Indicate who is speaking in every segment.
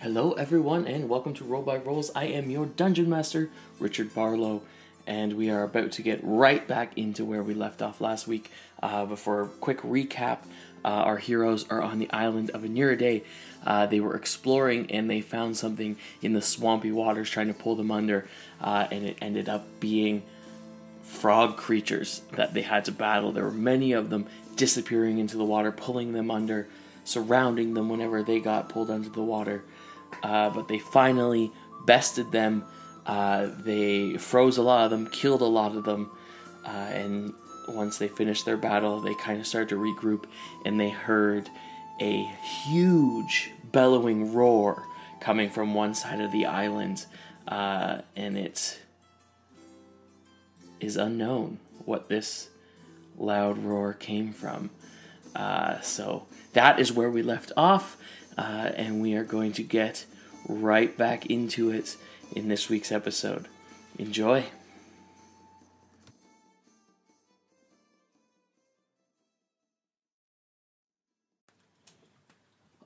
Speaker 1: Hello, everyone, and welcome to Roll by Rolls. I am your dungeon master, Richard Barlow, and we are about to get right back into where we left off last week. Uh, but for a quick recap, uh, our heroes are on the island of Aniridae. Uh, they were exploring and they found something in the swampy waters trying to pull them under, uh, and it ended up being frog creatures that they had to battle. There were many of them disappearing into the water, pulling them under, surrounding them whenever they got pulled under the water. Uh, but they finally bested them. Uh, they froze a lot of them, killed a lot of them, uh, and once they finished their battle, they kind of started to regroup and they heard a huge bellowing roar coming from one side of the island, uh, and it is unknown what this loud roar came from. Uh, so that is where we left off, uh, and we are going to get right back into it in this week's episode. Enjoy.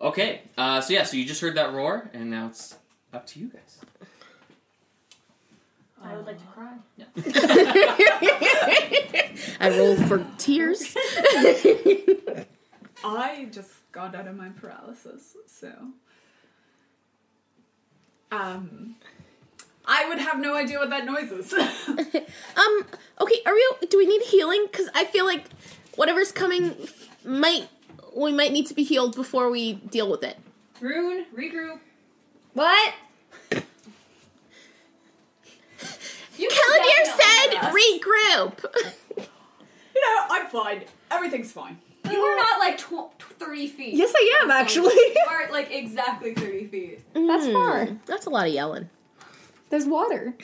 Speaker 1: Okay, uh, so yeah, so you just heard that roar, and now it's up to you guys.
Speaker 2: I would like to cry.
Speaker 3: I roll for tears.
Speaker 4: I just got out of my paralysis, so um, I would have no idea what that noise is.
Speaker 3: um, okay, are we? Do we need healing? Because I feel like whatever's coming might we might need to be healed before we deal with it.
Speaker 2: Rune, regroup.
Speaker 3: What?
Speaker 2: You
Speaker 3: Kalanir
Speaker 2: can
Speaker 3: said
Speaker 2: definitely
Speaker 3: regroup.
Speaker 4: you know, I'm fine. Everything's fine.
Speaker 2: us. You were not like tw- tw- 30 feet.
Speaker 5: Yes, I am actually.
Speaker 2: You weren't like exactly 30 feet.
Speaker 5: That's
Speaker 3: Hmm,
Speaker 5: far.
Speaker 3: That's a lot of yelling.
Speaker 5: There's water.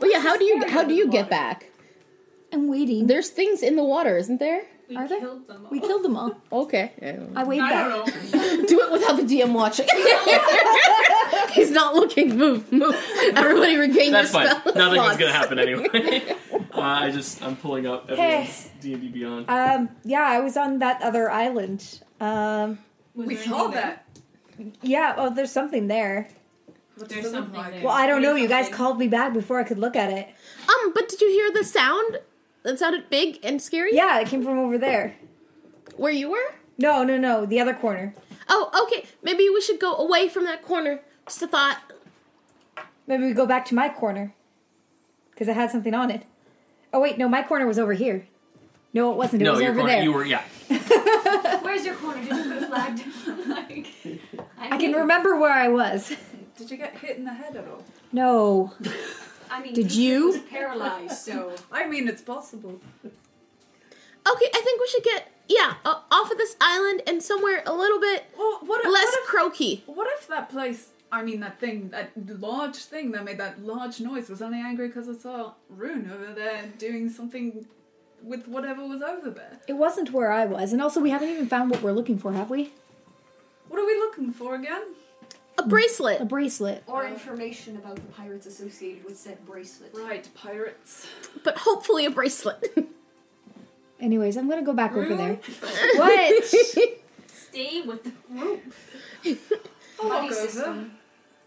Speaker 3: But yeah, how do you
Speaker 2: scary
Speaker 3: how do you
Speaker 2: water?
Speaker 3: get back?
Speaker 5: I'm waiting.
Speaker 3: There's things in the water, isn't there?
Speaker 2: We
Speaker 5: Are they?
Speaker 2: killed them all.
Speaker 5: We killed them all.
Speaker 3: Okay.
Speaker 5: I wait
Speaker 4: I
Speaker 5: back.
Speaker 4: don't know.
Speaker 3: Do it without the DM watching. He's not looking. Move, move. Everybody regain
Speaker 1: That's
Speaker 3: your
Speaker 1: fine.
Speaker 3: spell.
Speaker 1: Nothing was
Speaker 3: slots.
Speaker 1: gonna happen anyway. uh, I just I'm pulling up everyone's D and D Beyond.
Speaker 5: Um, yeah, I was on that other island. Um,
Speaker 2: Was
Speaker 4: We
Speaker 2: there
Speaker 4: saw
Speaker 2: anything
Speaker 4: that.
Speaker 5: yeah, oh, there's something there.
Speaker 2: there?
Speaker 4: Does
Speaker 2: There's
Speaker 4: it
Speaker 2: something
Speaker 4: look like-
Speaker 2: there.
Speaker 5: Well, I don't know. You guys
Speaker 2: Something.
Speaker 5: called me back before I could look at it.
Speaker 3: Um, but did you hear the sound? That sounded big and scary.
Speaker 5: Yeah, it came from over there.
Speaker 3: Where you were?
Speaker 5: No, no, no, the other corner.
Speaker 3: Oh, okay. Maybe we should go away from that corner. Just a thought.
Speaker 5: Maybe we go back to my corner because it had something on it. Oh wait, no, my corner was over here. No, it wasn't. It
Speaker 1: No,
Speaker 5: was
Speaker 1: you're
Speaker 5: over
Speaker 1: corner,
Speaker 5: there.
Speaker 1: you were yeah.
Speaker 2: Where's your corner? Did you put a flag down? like,
Speaker 5: I can remember where I was.
Speaker 4: Did you get hit in the head at all?
Speaker 5: No,
Speaker 2: I mean,
Speaker 3: Did
Speaker 2: he
Speaker 3: you?
Speaker 2: was paralyzed, so.
Speaker 4: I mean, it's possible.
Speaker 3: Okay, I think we should get yeah uh, off of this island and somewhere a little bit
Speaker 4: Well, what, if-
Speaker 3: less
Speaker 4: what if
Speaker 3: croaky.
Speaker 4: What if that place, I mean, that thing, that large thing that made that large noise was only angry because I saw Rune over there doing something with whatever was over there?
Speaker 5: it wasn't where I was. And also, we haven't even found what we're looking for, have we?
Speaker 4: What are we looking for again?
Speaker 3: A bracelet.
Speaker 5: A bracelet.
Speaker 6: or information about the pirates associated with said bracelet.
Speaker 4: Right, pirates.
Speaker 3: but hopefully a bracelet.
Speaker 5: Anyways, I'm gonna go back over there.
Speaker 3: what?
Speaker 2: Stay with the group.
Speaker 4: I'll
Speaker 2: Buddy
Speaker 4: go
Speaker 2: system.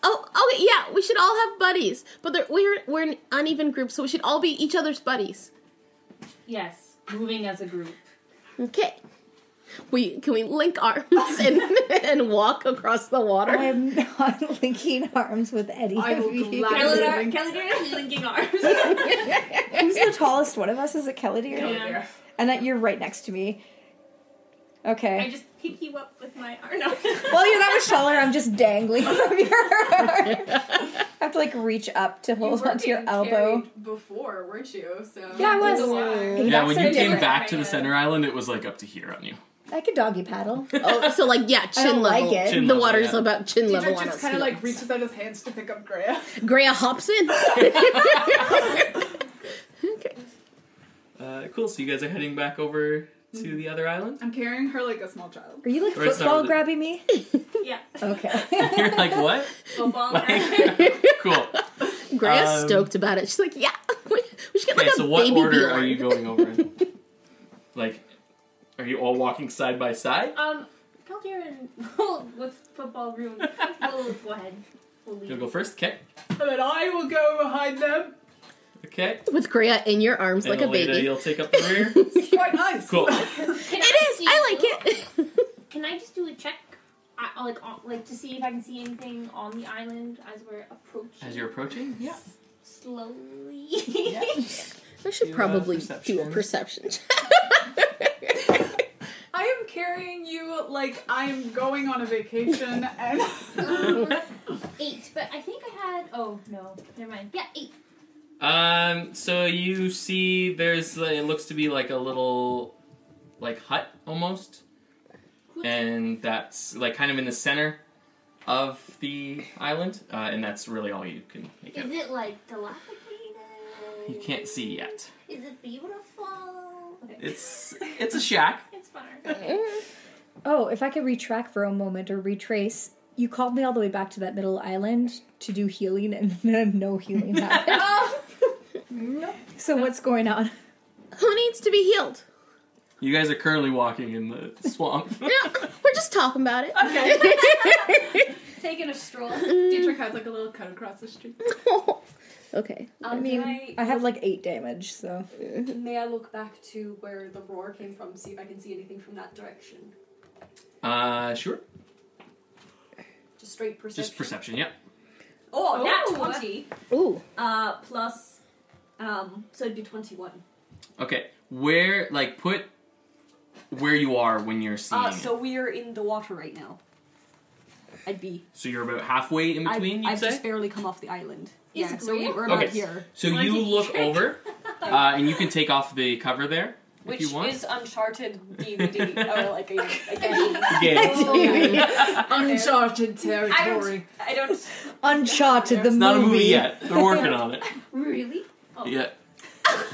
Speaker 3: oh, okay, yeah, we should all have buddies. But they're- we're we're an uneven group, so we should all be each other's buddies.
Speaker 7: Yes, moving as a group.
Speaker 3: Okay. We can we link arms and and walk across the water?
Speaker 5: I am not linking arms with Eddie.
Speaker 4: I will
Speaker 2: Kelly,
Speaker 4: gladly-
Speaker 2: Kelly, linking arms.
Speaker 5: Who's the tallest one of us? Is it Kelly Deer?
Speaker 4: there.
Speaker 2: Yeah.
Speaker 5: And that you're right next to me.
Speaker 7: I
Speaker 5: Okay.
Speaker 7: just pick you up with my arm. No.
Speaker 5: Well, you're that much taller. I'm just dangling from your arm. I have to like reach up to
Speaker 4: You
Speaker 5: hold
Speaker 4: were
Speaker 5: onto your
Speaker 4: being
Speaker 5: elbow.
Speaker 4: carried Before, weren't you? So
Speaker 5: Yeah, I was. Piggybacks
Speaker 1: Yeah, when
Speaker 5: are
Speaker 1: you came
Speaker 5: different.
Speaker 1: back to the center island, it was like up to here on you.
Speaker 5: I could doggy paddle.
Speaker 3: Oh, so like yeah, chin
Speaker 5: don't
Speaker 3: level.
Speaker 5: like it.
Speaker 1: Chin
Speaker 3: the
Speaker 1: level,
Speaker 3: water's
Speaker 1: Oh, yeah.
Speaker 3: about chin level
Speaker 4: Peter
Speaker 3: on us.
Speaker 4: just kind of like reaches out his hands to pick up Greya.
Speaker 3: Greya hops in.
Speaker 1: Uh, cool. So you guys are heading back over
Speaker 3: Mm.
Speaker 1: to the other island.
Speaker 4: I'm carrying her like a small child.
Speaker 5: Are you like
Speaker 1: Or it's
Speaker 5: football
Speaker 1: not
Speaker 5: grabbing me?
Speaker 7: yeah,
Speaker 5: Okay.
Speaker 1: You're like what?
Speaker 7: football.
Speaker 1: cool.
Speaker 3: Greya's
Speaker 1: Um,
Speaker 3: stoked about it. She's like, yeah, we, we should get
Speaker 1: Okay.
Speaker 3: like a
Speaker 1: So what
Speaker 3: baby
Speaker 1: order
Speaker 3: Bjorn.
Speaker 1: are you going over? in? Like, are you all walking side by side?
Speaker 7: um, Peltier and well, what's football room? we'll go ahead. We'll leave.
Speaker 1: You'll go first? Okay.
Speaker 4: And I will go behind them.
Speaker 1: Okay.
Speaker 3: With Gria in your arms like a
Speaker 1: and Alita,
Speaker 3: baby.
Speaker 1: you'll take up the rear.
Speaker 4: It's quite nice.
Speaker 1: Cool.
Speaker 7: Can
Speaker 3: It is.
Speaker 7: see
Speaker 3: I like it.
Speaker 7: Can I just do a check, I, like on, like to see if I can see anything on the island as we're approaching?
Speaker 1: As you're approaching? Yeah.
Speaker 7: slowly.
Speaker 3: I should
Speaker 1: Do a
Speaker 3: probably do a
Speaker 1: perception.
Speaker 3: perception. check.
Speaker 4: I am carrying you like I am going on a vacation and
Speaker 7: Um, eight, but I think I had. Oh no, never mind. Yeah, eight.
Speaker 1: Um, so you see there's, uh, it looks to be like a little, like, hut almost. And that's, like, kind of in the center of the island. Uh, and that's really all you can make out.
Speaker 7: Is it like
Speaker 1: You
Speaker 7: dilapidated?
Speaker 1: can't see yet.
Speaker 7: Is it beautiful? Okay.
Speaker 1: It's, it's a shack.
Speaker 7: It's fun.
Speaker 5: Oh, if I could retrack for a moment or retrace, you called me all the way back to that middle island to do healing, and then no healing happened. so what's going on?
Speaker 3: Who needs to be healed?
Speaker 1: You guys are currently walking in the swamp.
Speaker 3: Yeah, we're just talking about it.
Speaker 7: Taking a stroll.
Speaker 4: Dietrich has like a little cut across the street.
Speaker 3: okay.
Speaker 6: Um,
Speaker 5: I mean,
Speaker 6: can
Speaker 5: I have like eight damage, so
Speaker 6: may I look back to where the roar came from, see if I can see anything from that direction?
Speaker 1: Uh, sure.
Speaker 6: Just straight perception.
Speaker 1: Just perception, yep.
Speaker 6: Oh,
Speaker 7: Oh.
Speaker 6: nat 20.
Speaker 3: Ooh.
Speaker 6: Uh, plus, um, so it'd be 21.
Speaker 1: Okay, where like put where you are when you're seeing
Speaker 6: Uh,
Speaker 1: it.
Speaker 6: so we are in the water right now. I'd be.
Speaker 1: So you're about halfway in between,
Speaker 6: I've,
Speaker 1: you
Speaker 6: I've
Speaker 1: say.
Speaker 6: just barely come off the island.
Speaker 7: Is
Speaker 6: yeah, so we,
Speaker 7: Gloria?
Speaker 6: we're
Speaker 1: Okay.
Speaker 6: about here.
Speaker 1: So
Speaker 7: Wanna
Speaker 1: you
Speaker 7: take a
Speaker 1: look
Speaker 7: trick?
Speaker 1: over, uh, and you can take off the cover there
Speaker 6: Which
Speaker 1: if you want.
Speaker 6: is Uncharted DVD, or Oh, like a, a game.
Speaker 1: Game.
Speaker 6: Oh,
Speaker 4: Uncharted territory.
Speaker 6: I don't.
Speaker 5: Uncharted the
Speaker 1: It's
Speaker 5: movie.
Speaker 1: not a movie yet. They're working on it.
Speaker 7: really?
Speaker 1: Yeah.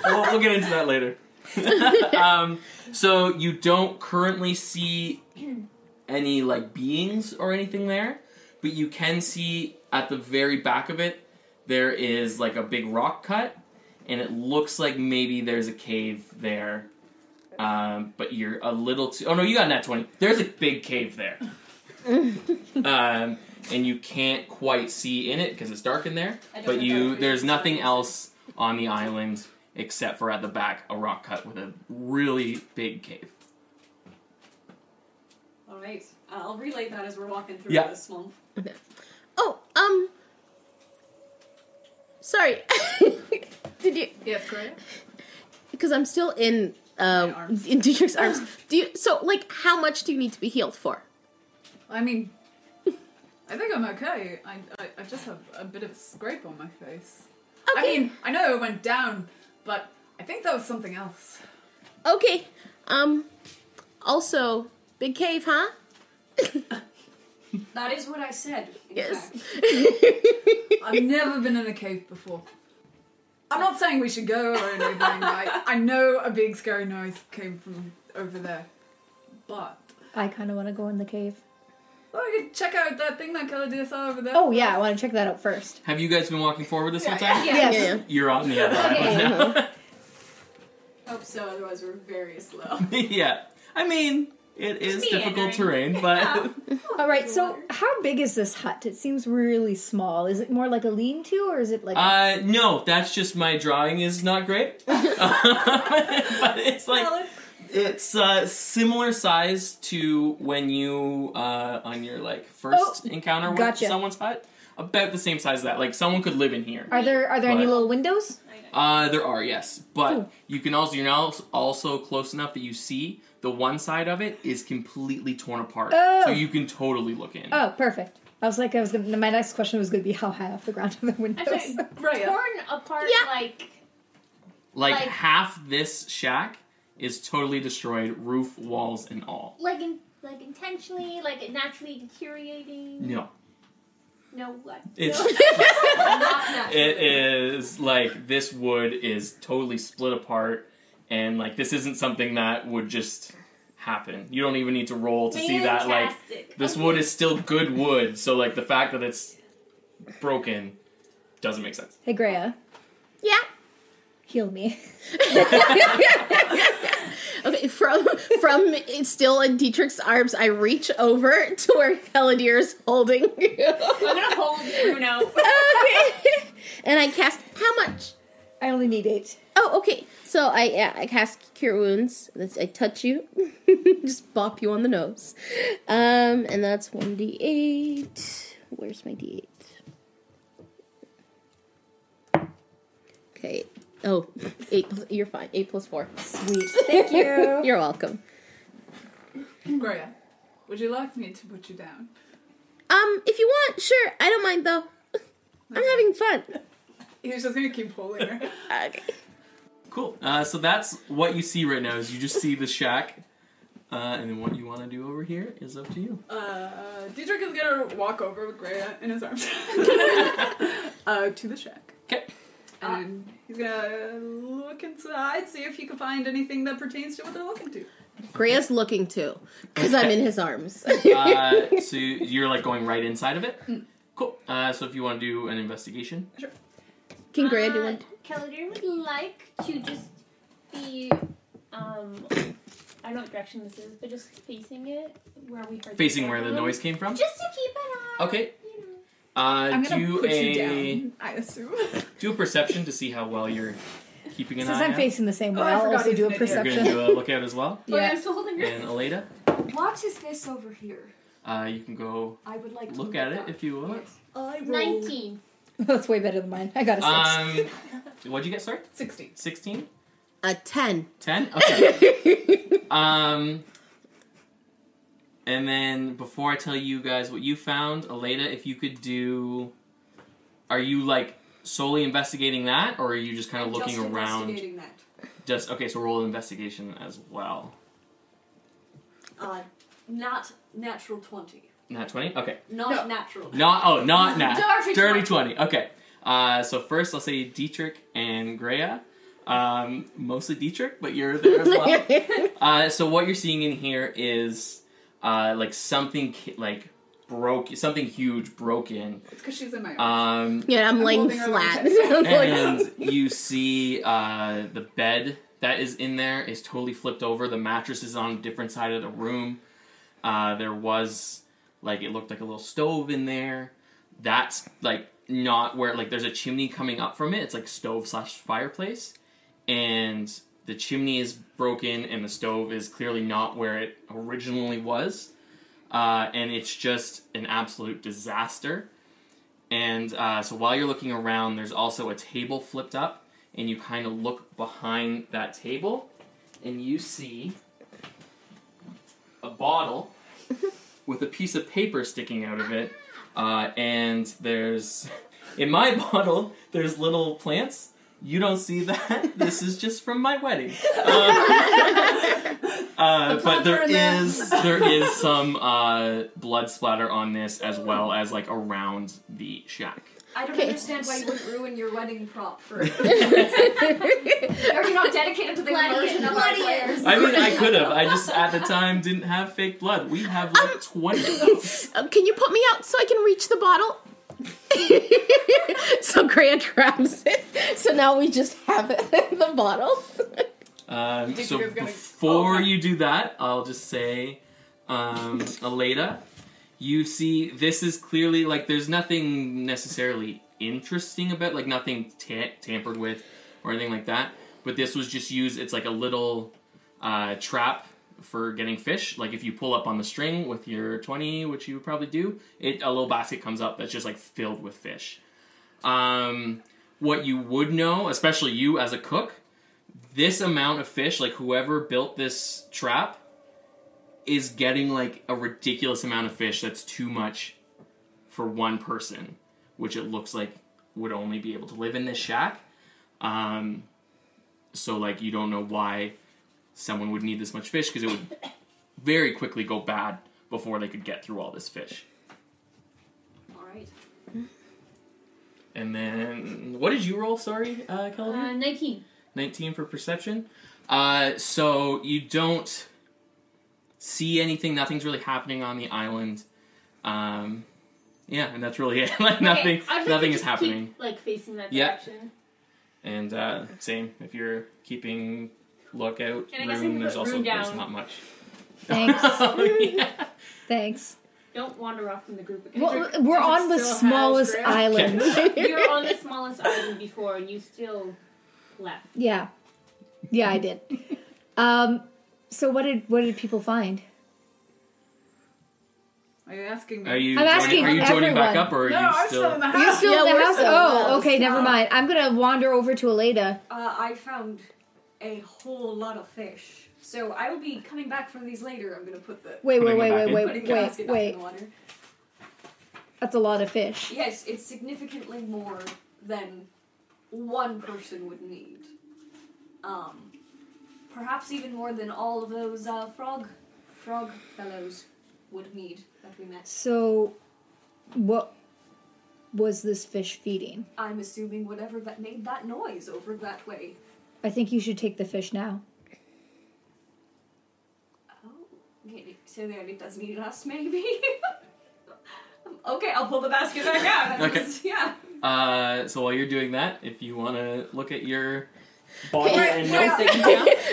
Speaker 1: we'll, we'll get into that later. um, so you don't currently see any like beings or anything there, but you can see at the very back of it there is like a big rock cut, and it looks like maybe there's a cave there. Um, but you're a little too. Oh no, you got that twenty. There's a big cave there, um, and you can't quite see in it because it's dark in there.
Speaker 6: I don't
Speaker 1: But
Speaker 6: know
Speaker 1: you,
Speaker 6: if
Speaker 1: there's
Speaker 6: it's-
Speaker 1: nothing else on the island except for at the back a rock cut with a really big cave.
Speaker 6: All right, uh, I'll relay that as we're walking through
Speaker 1: Yeah.
Speaker 6: this swamp.
Speaker 3: Oh, um. Sorry. Did you?
Speaker 4: Yes, great.
Speaker 3: Because I'm still in
Speaker 4: My
Speaker 3: uh,
Speaker 4: arms.
Speaker 3: in Dietrich's arms. Do you? So, like, how much do you need to be healed for?
Speaker 4: I mean, I think I'm okay. I, I, I just have a bit of a scrape on my face. I
Speaker 3: Okay.
Speaker 4: mean, I know it went down, but I think that was something else.
Speaker 3: Okay. Um. Also, big cave, huh?
Speaker 6: That is what I said. in
Speaker 3: Yes.
Speaker 6: fact.
Speaker 4: I've never been in a cave before. I'm not saying we should go or anything. I, I know a big scary noise came from over there, but
Speaker 5: I kind of want to go in the cave.
Speaker 4: well, we could check out that thing that Caladius saw over there.
Speaker 5: Oh yeah, I want to check that out first.
Speaker 1: Have you guys been walking forward this whole time?
Speaker 3: Yeah.
Speaker 5: Yes.
Speaker 3: yeah.
Speaker 1: You're on the other island now.
Speaker 6: Hope so, otherwise we're very slow.
Speaker 1: yeah. I mean, it is
Speaker 7: me
Speaker 1: difficult
Speaker 7: entering.
Speaker 1: terrain, but
Speaker 5: All right. So how big is this hut? It seems really small. Is it more like a lean-to, or is it like?
Speaker 1: uh, no, that's just my drawing is not great. but it's like it's uh, similar size to when you uh, on your like first encounter with
Speaker 5: gotcha.
Speaker 1: someone's hut. About the same size as that. Like someone could live in here.
Speaker 5: are there are there any
Speaker 1: Right.
Speaker 5: little windows?
Speaker 1: Uh, there are yes, but
Speaker 5: Cool.
Speaker 1: you can also you're now also close enough that you see the one side of it is completely torn apart, so
Speaker 5: Oh.
Speaker 1: you can totally look in.
Speaker 5: Oh, perfect. I was like, I was gonna, my next question was going to be how high off the ground are the windows?
Speaker 7: Actually,
Speaker 4: Right.
Speaker 7: torn apart
Speaker 3: Yeah.
Speaker 7: like
Speaker 1: like,
Speaker 7: like-
Speaker 1: half this shack is totally destroyed, roof, walls, and all.
Speaker 7: like in, like intentionally, like it naturally deteriorating.
Speaker 1: No,
Speaker 7: No what?
Speaker 1: it's
Speaker 7: no, not naturally.
Speaker 1: it is like this wood is totally split apart, and like this isn't something that would just happen. You don't even need to roll to see that like
Speaker 7: Fantastic.
Speaker 1: This
Speaker 7: Okay.
Speaker 1: wood is still good wood, so like the fact that it's broken doesn't make sense.
Speaker 5: hey, Greya,
Speaker 3: Yeah.
Speaker 5: heal me.
Speaker 3: Okay, from from it's still in Dietrich's arms, I reach over to where Heladir's holding you.
Speaker 7: I'm gonna hold Bruno.
Speaker 3: Okay. and I cast how much?
Speaker 5: I only need eight.
Speaker 3: Oh, okay. So I yeah, I cast Cure Wounds. That's, I touch you, just bop you on the nose, um, and that's one d eight. Where's my d eight? Okay. Oh, eight. Plus, you're fine. Eight plus four.
Speaker 5: Sweet. Thank you.
Speaker 3: You're welcome.
Speaker 4: Greya, would you like me to put you down?
Speaker 3: Um, if you want, sure. I don't mind though. I'm having fun.
Speaker 4: He's just gonna keep holding her.
Speaker 3: Okay.
Speaker 1: Cool. Uh, so that's what you see right now. Is you just see the shack, uh, and then what you want to do over here is up to you.
Speaker 4: Uh, Dietrich is gonna walk over with Greya in his arms uh, to the shack.
Speaker 1: 'Kay.
Speaker 4: And he's gonna look inside, see if he can find anything that pertains to what they're looking to.
Speaker 3: Graya's looking too, because I'm in his arms.
Speaker 1: Uh, so you- you're like going right inside of it.
Speaker 4: Hmm.
Speaker 1: Cool. Uh, so if you want to do an investigation,
Speaker 3: Can Graya do
Speaker 7: Uh,
Speaker 3: one?
Speaker 7: Kellider would like to just be, um, I don't know what direction this is, but just facing it where we heard.
Speaker 1: facing where the
Speaker 4: Mm-hmm.
Speaker 1: noise Oh. came from.
Speaker 7: Just to keep an eye.
Speaker 1: Okay.
Speaker 7: You know.
Speaker 1: Uh,
Speaker 4: I'm gonna
Speaker 1: do
Speaker 4: put
Speaker 1: a
Speaker 4: you down, I assume.
Speaker 1: do a perception to see how well you're keeping an
Speaker 5: Since
Speaker 1: eye.
Speaker 5: I'm
Speaker 1: out.
Speaker 5: facing the same way,
Speaker 4: Oh, I
Speaker 5: I'll
Speaker 4: forgot
Speaker 5: also
Speaker 4: he's
Speaker 5: do a
Speaker 4: an idiot.
Speaker 1: You're
Speaker 5: perception.
Speaker 1: gonna do a lookout as well.
Speaker 7: Oh, yeah,
Speaker 5: Yeah.
Speaker 7: I'm still holding her.
Speaker 1: And Elena,
Speaker 6: What is this over here?
Speaker 1: uh, you can go
Speaker 6: I would like to
Speaker 1: look at it
Speaker 6: up.
Speaker 1: if you want.
Speaker 6: Yes.
Speaker 5: I
Speaker 7: Nineteen.
Speaker 5: That's way better than mine. I got a six.
Speaker 1: Um, what'd you get, sorry?
Speaker 4: 16.
Speaker 1: 16?
Speaker 3: A ten.
Speaker 1: 10? Okay. um, and then before I tell you guys what you found, Elena, if you could do. Are you like solely investigating that or are you just kind of looking
Speaker 6: Just
Speaker 1: around?
Speaker 6: investigating that.
Speaker 1: Just okay, so roll investigation as well.
Speaker 6: Uh, not natural 20.
Speaker 1: Not 20? Okay.
Speaker 6: Not
Speaker 4: No.
Speaker 6: natural.
Speaker 1: Not oh, not nat.
Speaker 6: Dirty
Speaker 1: Dirty 20. Okay. Uh, so first I'll say Dietrich and Greya. Um, mostly Dietrich, but you're there as well. Uh, so what you're seeing in here is uh, like something ki- like broke something huge broke in.
Speaker 4: It's because she's in my arms.
Speaker 1: Um,
Speaker 3: yeah, I'm,
Speaker 4: I'm
Speaker 3: laying
Speaker 4: holding her
Speaker 3: flat.
Speaker 4: like this.
Speaker 3: I'm like-
Speaker 1: and you see uh, the bed that is in there is totally flipped over. The mattress is on a different side of the room. Uh, there was like it looked like a little stove in there. That's like not where like there's a chimney coming up from it. It's like stove slash fireplace, and the chimney is broken and the stove is clearly not where it originally was. Uh, and it's just an absolute disaster. And uh, so while you're looking around, there's also a table flipped up, and you kind of look behind that table, and you see a bottle with a piece of paper sticking out of it. Uh, and there's, in my bottle, there's little plants. You don't see that. This is just from my wedding. Uh, uh, but there is there is some uh, blood splatter on this as well as like around the shack.
Speaker 6: I don't
Speaker 3: Okay.
Speaker 6: understand why you would ruin your wedding prop for. Are
Speaker 7: Are
Speaker 6: you not dedicated to the
Speaker 7: Bloody
Speaker 6: immersion of our
Speaker 7: bloody
Speaker 6: players?
Speaker 1: I mean, I could have. I just at the time didn't have fake blood. We have like twenty. of those.
Speaker 3: Um, can you put me out so I can reach the bottle? so Grant grabs it. So now we just have it, the bottle.
Speaker 1: Um,
Speaker 4: Did
Speaker 1: so
Speaker 4: you guys gonna-
Speaker 1: before
Speaker 4: Oh, okay.
Speaker 1: you do that, I'll just say, um, Aleda, you see this is clearly like there's nothing necessarily interesting about like nothing ta- tampered with or anything like that. But this was just used. It's like a little uh, trap for getting fish. Like if you pull up on the string with your twenty, which you would probably do, it a little basket comes up that's just like filled with fish. Um, what you would know, especially you as a cook, this amount of fish, like whoever built this trap, is getting like a ridiculous amount of fish that's too much for one person, which it looks like would only be able to live in this shack. Um, so like you don't know why someone would need this much fish because it would very quickly go bad before they could get through all this fish.
Speaker 6: All right.
Speaker 1: And then what did you roll? Sorry, uh, Kelvin.
Speaker 7: Uh, Nineteen.
Speaker 1: 19 for perception. Uh, so you don't see anything. Nothing's really happening on the island. Um, yeah, and that's really it. like nothing,
Speaker 7: Okay, I'd like to
Speaker 1: nothing is
Speaker 7: just keep,
Speaker 1: happening.
Speaker 7: like facing that
Speaker 1: Yeah.
Speaker 7: direction.
Speaker 1: And uh, same if you're keeping lookout
Speaker 7: And I guess I
Speaker 1: room.
Speaker 7: can
Speaker 1: There's
Speaker 7: put
Speaker 1: also
Speaker 7: room
Speaker 1: there's
Speaker 7: down.
Speaker 1: not much. Oh,
Speaker 5: Thanks.
Speaker 1: Yeah.
Speaker 5: Thanks.
Speaker 7: Don't wander off from the group again.
Speaker 5: Well, we're on the
Speaker 4: still has
Speaker 5: smallest
Speaker 4: grip.
Speaker 5: island.
Speaker 7: you were on the smallest island before, and you still left.
Speaker 5: yeah. Yeah, I did. Um, so what did what did people find?
Speaker 4: Are you asking me?
Speaker 1: Uh, Are you
Speaker 5: I'm
Speaker 1: joining,
Speaker 5: asking
Speaker 1: are you joining back
Speaker 5: everyone.
Speaker 1: up or are
Speaker 4: no,
Speaker 1: you
Speaker 4: I'm
Speaker 1: still?
Speaker 4: still in the
Speaker 5: You
Speaker 4: house.
Speaker 5: still
Speaker 3: yeah,
Speaker 5: in the
Speaker 3: we're
Speaker 5: house?
Speaker 3: still in the
Speaker 5: Oh,
Speaker 3: house.
Speaker 5: okay, never mind. I'm gonna wander over to Aleda.
Speaker 6: Uh, I found a whole lot of fish. So I will be coming back for these later. I'm gonna put the
Speaker 5: Wait, wait,
Speaker 1: Putting
Speaker 5: wait,
Speaker 1: it
Speaker 5: wait,
Speaker 1: back
Speaker 5: wait,
Speaker 6: putting the
Speaker 5: wait,
Speaker 6: basket back in
Speaker 5: wait.
Speaker 6: the water.
Speaker 5: That's a lot of fish.
Speaker 6: Yes, it's significantly more than one person would need. Um, perhaps even more than all of those uh, frog frog fellows would need that we met.
Speaker 5: So, what was this fish feeding?
Speaker 6: I'm assuming whatever that made that noise over that way.
Speaker 5: I think you should take the fish now.
Speaker 6: Oh, okay, so then it doesn't eat us, maybe. okay, I'll pull the basket back out. I'm
Speaker 1: Okay.
Speaker 6: just- yeah.
Speaker 1: Uh, so while you're doing that, if you want to look at your body
Speaker 3: Okay.
Speaker 1: and
Speaker 4: Well,
Speaker 1: note that you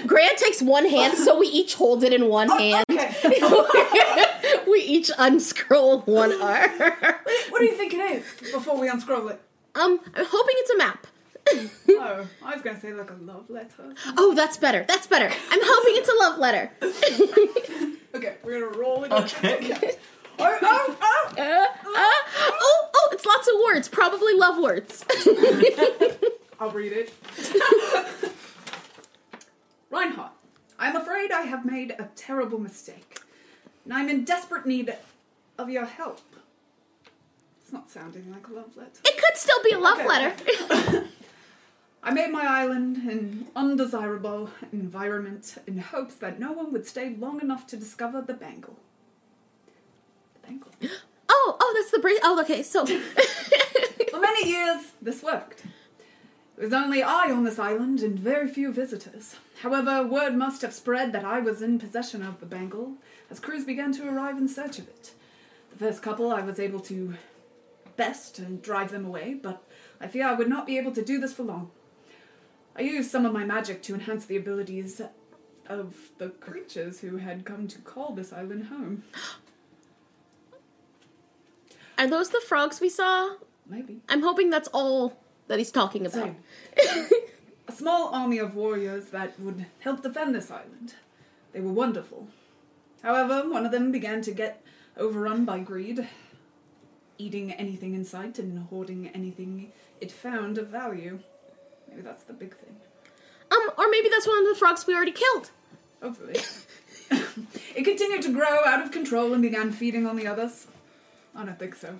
Speaker 1: found,
Speaker 3: Grant takes one hand, so we each hold it in one hand. we each unscroll one arm.
Speaker 4: What do you think it is? Before we unscroll it.
Speaker 3: Um, I'm hoping it's a map.
Speaker 4: Oh, I was gonna say like a love letter.
Speaker 3: Oh, that's better. That's better. I'm hoping it's a love letter. Uh,
Speaker 4: Okay, we're gonna roll it.
Speaker 1: okay,
Speaker 4: Oh, oh, oh!
Speaker 3: Uh, uh, oh, oh, it's lots of words. Probably love words.
Speaker 4: I'll read it. Reinhardt, I'm afraid I have made a terrible mistake, and I'm in desperate need of your help. It's not sounding like a love letter.
Speaker 3: it could still be a love
Speaker 4: Okay.
Speaker 3: letter.
Speaker 4: I made my island an undesirable environment in hopes that no one would stay long enough to discover the bangle. The bangle.
Speaker 3: Oh, oh, that's the brace. Oh, okay. So,
Speaker 4: For many years, this worked. It was only I on this island and very few visitors. However, word must have spread that I was in possession of the bangle as crews began to arrive in search of it. The first couple I was able to best and drive them away, but I fear I would not be able to do this for long. I used some of my magic to enhance the abilities of the creatures who had come to call this island home.
Speaker 3: are those the frogs we saw?
Speaker 4: Maybe.
Speaker 3: I'm hoping that's all that he's talking about.
Speaker 4: Same. a small army of warriors that would help defend this island. They were wonderful. However, one of them began to get overrun by greed, eating anything in sight and hoarding anything it found of value. Maybe that's the big thing.
Speaker 3: Um, or maybe that's one of the frogs we already killed.
Speaker 4: Hopefully. it continued to grow out of control and began feeding on the others. I don't think so.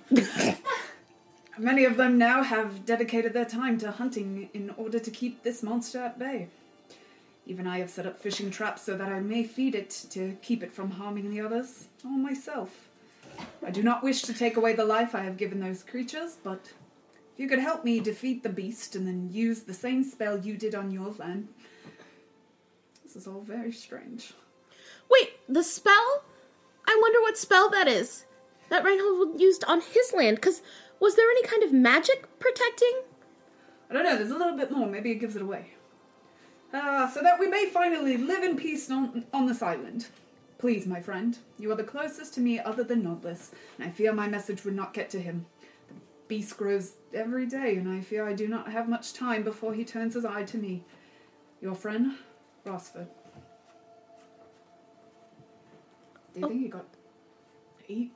Speaker 4: Many of them now have dedicated their time to hunting in order to keep this monster at bay. Even I have set up fishing traps so that I may feed it to keep it from harming the others or myself. I do not wish to take away the life I have given those creatures, but if you could help me defeat the beast and then use the same spell you did on your land, this is all very strange.
Speaker 3: Wait, the spell? I wonder what spell that is. That Reinhold used on his land, because was there any kind of magic protecting?
Speaker 4: I don't know, there's a little bit more. Maybe it gives it away. Ah, so that we may finally live in peace on, on this island. Please, my friend, you are the closest to me other than Nodless, and I fear my message would not get to him. The beast grows every day, and I fear I do not have much time before he turns his eye to me. Your friend, Rosford. Do you think he got eat?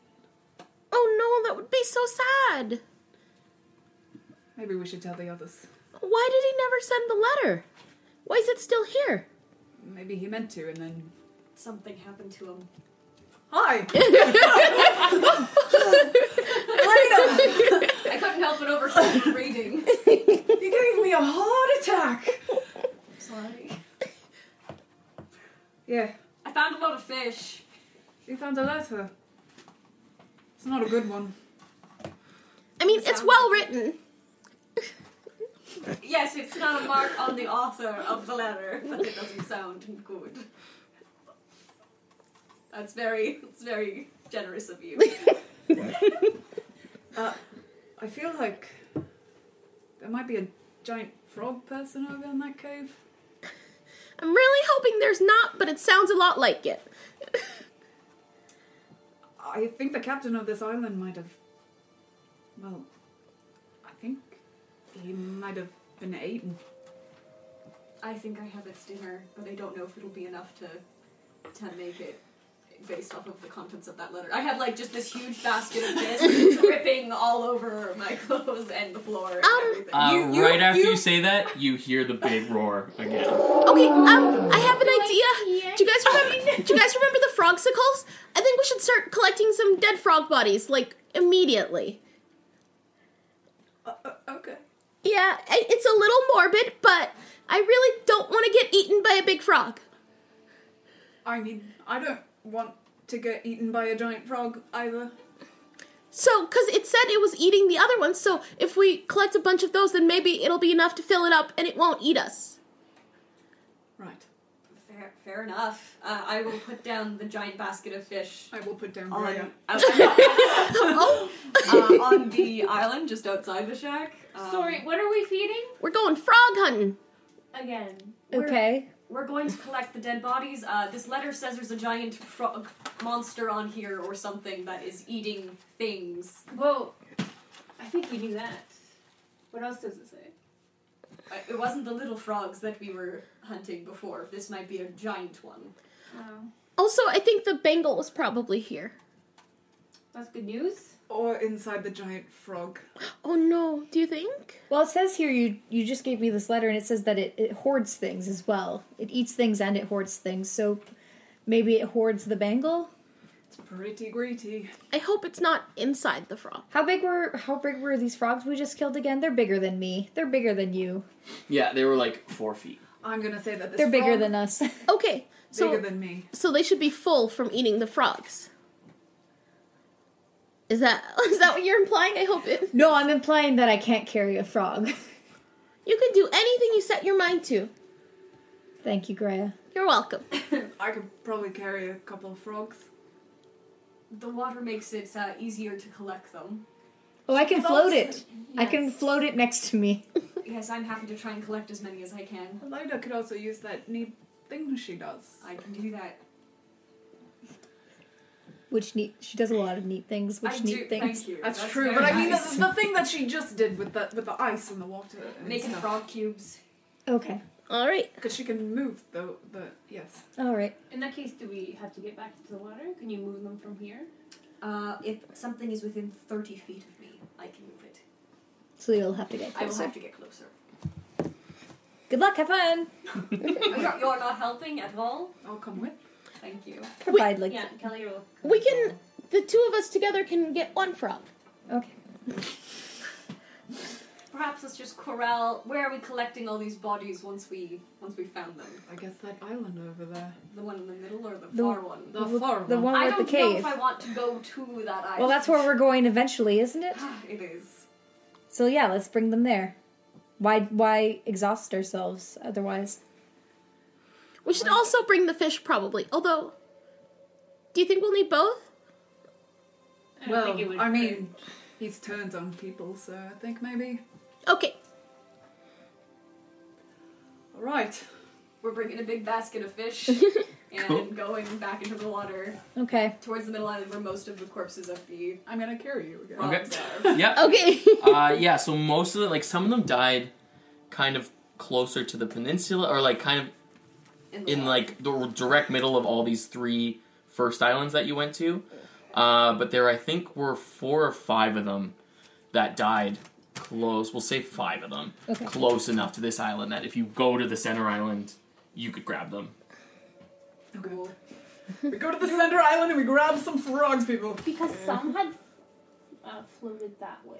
Speaker 3: Oh no, that would be so sad.
Speaker 4: Maybe we should tell the others.
Speaker 3: Why did he never send the letter? Why is it still here?
Speaker 4: Maybe he meant to, and then.
Speaker 6: Something happened to him.
Speaker 4: Hi!
Speaker 6: I couldn't help but overhear him reading.
Speaker 4: You gave me a heart attack!
Speaker 6: Sorry.
Speaker 4: Yeah,
Speaker 6: I found a lot of fish.
Speaker 4: you found a letter. It's not a good one.
Speaker 3: I mean, it's well written.
Speaker 6: Yes, it's not a mark on the author of the letter, but it doesn't sound good. That's very, that's very generous of you.
Speaker 4: I feel like there might be a giant frog person over in that cave.
Speaker 3: I'm really hoping there's not, but it sounds a lot like it.
Speaker 4: I think the captain of this island might have. Well, I think he might have been eaten.
Speaker 6: I think I have its dinner, but I don't know if it'll be enough to to make it based off of the contents of that letter. I had like just this huge basket of this dripping all over my clothes and the floor and
Speaker 3: Um,
Speaker 6: everything.
Speaker 1: Uh, right after you say that, you hear the big roar again.
Speaker 3: Okay, um, I have an idea.
Speaker 7: Like, yeah.
Speaker 3: Do you guys remember? Do you guys remember the frogsicles? I think we should start collecting some dead frog bodies, like immediately.
Speaker 4: Uh, okay.
Speaker 3: Yeah, i- it's a little morbid, but I really don't want to get eaten by a big frog.
Speaker 4: I mean, I don't want to get eaten by a giant frog either.
Speaker 3: So, because it said it was eating the other ones, so if we collect a bunch of those, then maybe it'll be enough to fill it up and it won't eat us.
Speaker 4: Right.
Speaker 6: Fair, fair enough. Uh, I will put down the giant basket of fish
Speaker 4: I will put down
Speaker 6: on,
Speaker 4: Raya.
Speaker 6: out-
Speaker 3: Oh,
Speaker 6: uh, on the island just outside the shack. Um,
Speaker 7: Sorry, what are we feeding?
Speaker 3: we're going frog hunting.
Speaker 6: Again. we're-
Speaker 5: Okay.
Speaker 6: We're going to collect the dead bodies. Uh, this letter says there's a giant frog monster on here or something that is eating things.
Speaker 7: Well, I think we knew that. What else does it say?
Speaker 6: Uh, It wasn't the little frogs that we were hunting before. This might be a giant one.
Speaker 7: Oh,
Speaker 3: Also, I think the Bengal was probably here.
Speaker 7: that's good news.
Speaker 4: Or inside the giant frog.
Speaker 3: Oh no, do you think?
Speaker 5: Well, it says here you you just gave me this letter, and it says that it, it hoards things as well. It eats things and it hoards things. So maybe it hoards the bangle.
Speaker 4: It's pretty greedy.
Speaker 3: I hope it's not inside the frog.
Speaker 5: How big were how big were these frogs we just killed again? They're bigger than me. They're bigger than you.
Speaker 1: Yeah, they were like four feet.
Speaker 4: I'm gonna say that this
Speaker 5: They're bigger
Speaker 4: frog-
Speaker 5: than us.
Speaker 3: Okay, so
Speaker 4: bigger than me.
Speaker 3: so they should be full from eating the frogs. Is that is that what you're implying? I hope it.
Speaker 5: no, I'm implying that I can't carry a frog.
Speaker 3: You can do anything you set your mind to.
Speaker 5: Thank you, Graya.
Speaker 3: You're welcome.
Speaker 4: I could probably carry a couple of frogs.
Speaker 6: The water makes it uh, easier to collect them.
Speaker 5: Oh, I can float it. I
Speaker 6: Yes.
Speaker 5: can float it next to me.
Speaker 6: Yes, I'm happy to try and collect as many as I can.
Speaker 4: Lida could also use that neat thing she does.
Speaker 6: I can do that.
Speaker 5: Which neat. She does a lot of neat things. Which
Speaker 6: I
Speaker 5: neat
Speaker 6: do.
Speaker 5: things.
Speaker 6: Thank you.
Speaker 4: That's, true,
Speaker 6: very
Speaker 4: but I mean
Speaker 6: nice.
Speaker 4: the, the thing that she just did with the with the ice and the water and
Speaker 6: making frog cubes.
Speaker 5: Okay.
Speaker 3: All right.
Speaker 4: because she can move the the yes.
Speaker 5: All right.
Speaker 7: In that case, do we have to get back to the water? Can you move them from here?
Speaker 6: Uh, if something is within 30 feet of me, I can move it.
Speaker 5: So you'll have to get
Speaker 6: I will
Speaker 5: closer.
Speaker 6: have to get closer.
Speaker 5: Good luck. Have fun.
Speaker 6: you're, you're not helping at all?
Speaker 4: I'll come with.
Speaker 6: Thank you.
Speaker 5: Provide like.
Speaker 7: yeah, Kelly will.
Speaker 3: We can. The two of us together can get one frog.
Speaker 5: Okay.
Speaker 6: Perhaps let's just corral. Where are we collecting all these bodies once we once we found them?
Speaker 4: I guess that island over there.
Speaker 6: The one in the middle or the,
Speaker 5: The-
Speaker 6: far one?
Speaker 4: The, far
Speaker 5: The one
Speaker 6: I
Speaker 5: with
Speaker 6: don't
Speaker 5: the
Speaker 6: know
Speaker 5: cave.
Speaker 6: if I want to go to that island.
Speaker 5: Well, that's where we're going eventually, isn't it?
Speaker 6: it is.
Speaker 5: So yeah, let's bring them there. Why why exhaust ourselves otherwise?
Speaker 3: We should also bring the fish, probably. Although, do you think we'll need both?
Speaker 7: I don't
Speaker 4: Well,
Speaker 7: think it would
Speaker 4: I
Speaker 7: hurt.
Speaker 4: mean, he's turned on people, so I think maybe.
Speaker 3: Okay.
Speaker 4: All right.
Speaker 6: We're bringing a big basket of fish and going back into the water
Speaker 5: Okay.
Speaker 6: towards the middle island where most of the corpses of the
Speaker 4: I'm gonna carry you again.
Speaker 1: Okay.
Speaker 6: frogs are.
Speaker 1: Yep.
Speaker 3: Okay.
Speaker 1: Uh, yeah, so most of the, like, some of them died kind of closer to the peninsula, or like kind of
Speaker 6: the
Speaker 1: in
Speaker 6: water.
Speaker 1: like the direct middle of all these three first islands that you went to. Uh, but there, I think, were four or five of them that died close. We'll say five of them
Speaker 5: Okay.
Speaker 1: close enough to this island that if you go to the center island, you could grab them.
Speaker 4: Okay. we go to the center island and we grab some frogs, people.
Speaker 7: Because some had uh, floated that way.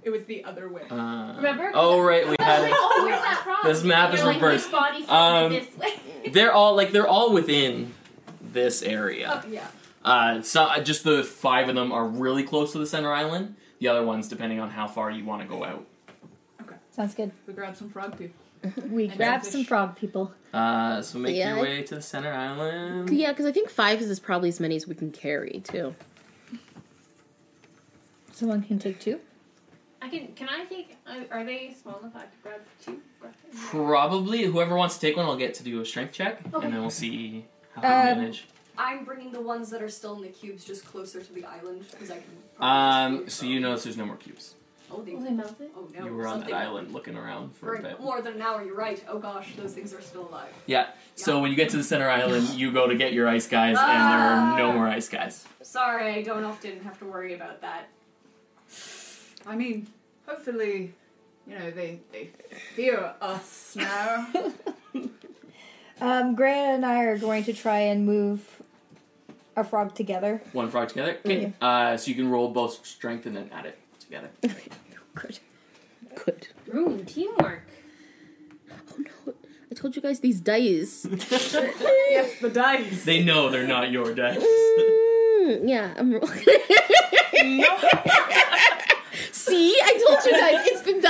Speaker 4: It was the other way.
Speaker 1: Uh,
Speaker 7: Remember?
Speaker 1: Oh right, we
Speaker 7: I was
Speaker 1: had
Speaker 7: like, oh, where's that frog?
Speaker 1: This map
Speaker 7: You're
Speaker 1: is
Speaker 7: like,
Speaker 1: reversed.
Speaker 7: "This body floated
Speaker 1: Um,
Speaker 7: this way.
Speaker 1: it. They're all like they're all within this area.
Speaker 6: Yeah.
Speaker 1: Uh, so uh, just the five of them are really close to the center island. The other ones, depending on how far you want to go out.
Speaker 5: Sounds good.
Speaker 4: We grab some frog people.
Speaker 5: We
Speaker 4: And
Speaker 5: grab
Speaker 4: fish.
Speaker 5: some frog people.
Speaker 1: Uh, so make
Speaker 3: Yeah,
Speaker 1: your
Speaker 3: I-
Speaker 1: way to the center island.
Speaker 3: Yeah, because I think five is probably as many as we can carry too.
Speaker 5: Someone can take two.
Speaker 7: I can. Can I take? Uh, are they small enough? I could grab two. Grab them?
Speaker 1: Probably whoever wants to take one, I'll get to do a strength check, and then we'll see how they
Speaker 5: Um,
Speaker 1: manage.
Speaker 6: I'm bringing the ones that are still in the cubes just closer to the island because I can. probably
Speaker 1: Um,
Speaker 6: just
Speaker 1: so
Speaker 6: move
Speaker 1: you
Speaker 6: them.
Speaker 1: notice there's no more cubes.
Speaker 6: Oh, they,
Speaker 7: Will they melt it?
Speaker 6: oh no.
Speaker 1: you were on that
Speaker 6: something-
Speaker 1: island looking around for a
Speaker 6: Right,
Speaker 1: bit.
Speaker 6: more than an hour, you're right. Oh gosh, those things are still alive.
Speaker 1: So when you get to the center island, you go to get your ice guys, and there are no
Speaker 6: Ah.
Speaker 1: more ice guys.
Speaker 6: Sorry, I don't often have to worry about that.
Speaker 4: I mean, hopefully, you know, they, they fear us now.
Speaker 5: Um, Grant and I are going to try and move our frog together.
Speaker 1: One frog together. Okay. Uh, so you can roll both strength and then add it together.
Speaker 3: Good. Good.
Speaker 7: Ooh, teamwork.
Speaker 3: Oh no. I told you guys these dice.
Speaker 4: yes, the dice.
Speaker 1: They know they're not your dice.
Speaker 3: Mm, yeah, I'm rolling. See, I told you guys it's the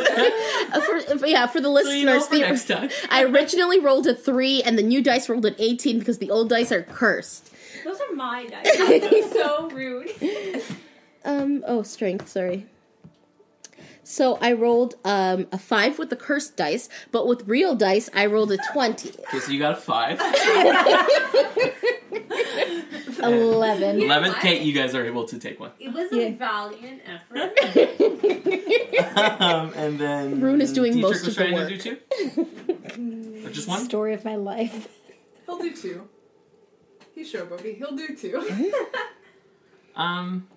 Speaker 3: dice. Uh, for, for- yeah, for the
Speaker 1: so
Speaker 3: listeners,
Speaker 1: you know for
Speaker 3: the-
Speaker 1: next time.
Speaker 3: I originally rolled a three, and the new dice rolled an eighteen because the old dice are cursed.
Speaker 7: Those are my dice. so rude.
Speaker 3: Um. Oh, strength. Sorry. So I rolled um, a five with the cursed dice, but with real dice I rolled a twenty.
Speaker 1: Okay, so you got a five.
Speaker 5: Eleven.
Speaker 1: Eleven. Okay, you guys are able to take one.
Speaker 7: It was
Speaker 5: a Yeah.
Speaker 7: valiant effort.
Speaker 1: um, and then
Speaker 3: Rune is doing
Speaker 1: Dietrich
Speaker 3: most
Speaker 1: was
Speaker 3: of the
Speaker 1: trying
Speaker 3: work.
Speaker 1: to do two. or just one.
Speaker 5: Story of my life.
Speaker 4: He'll do two. He's sure, Bobby. He'll do two.
Speaker 1: Um,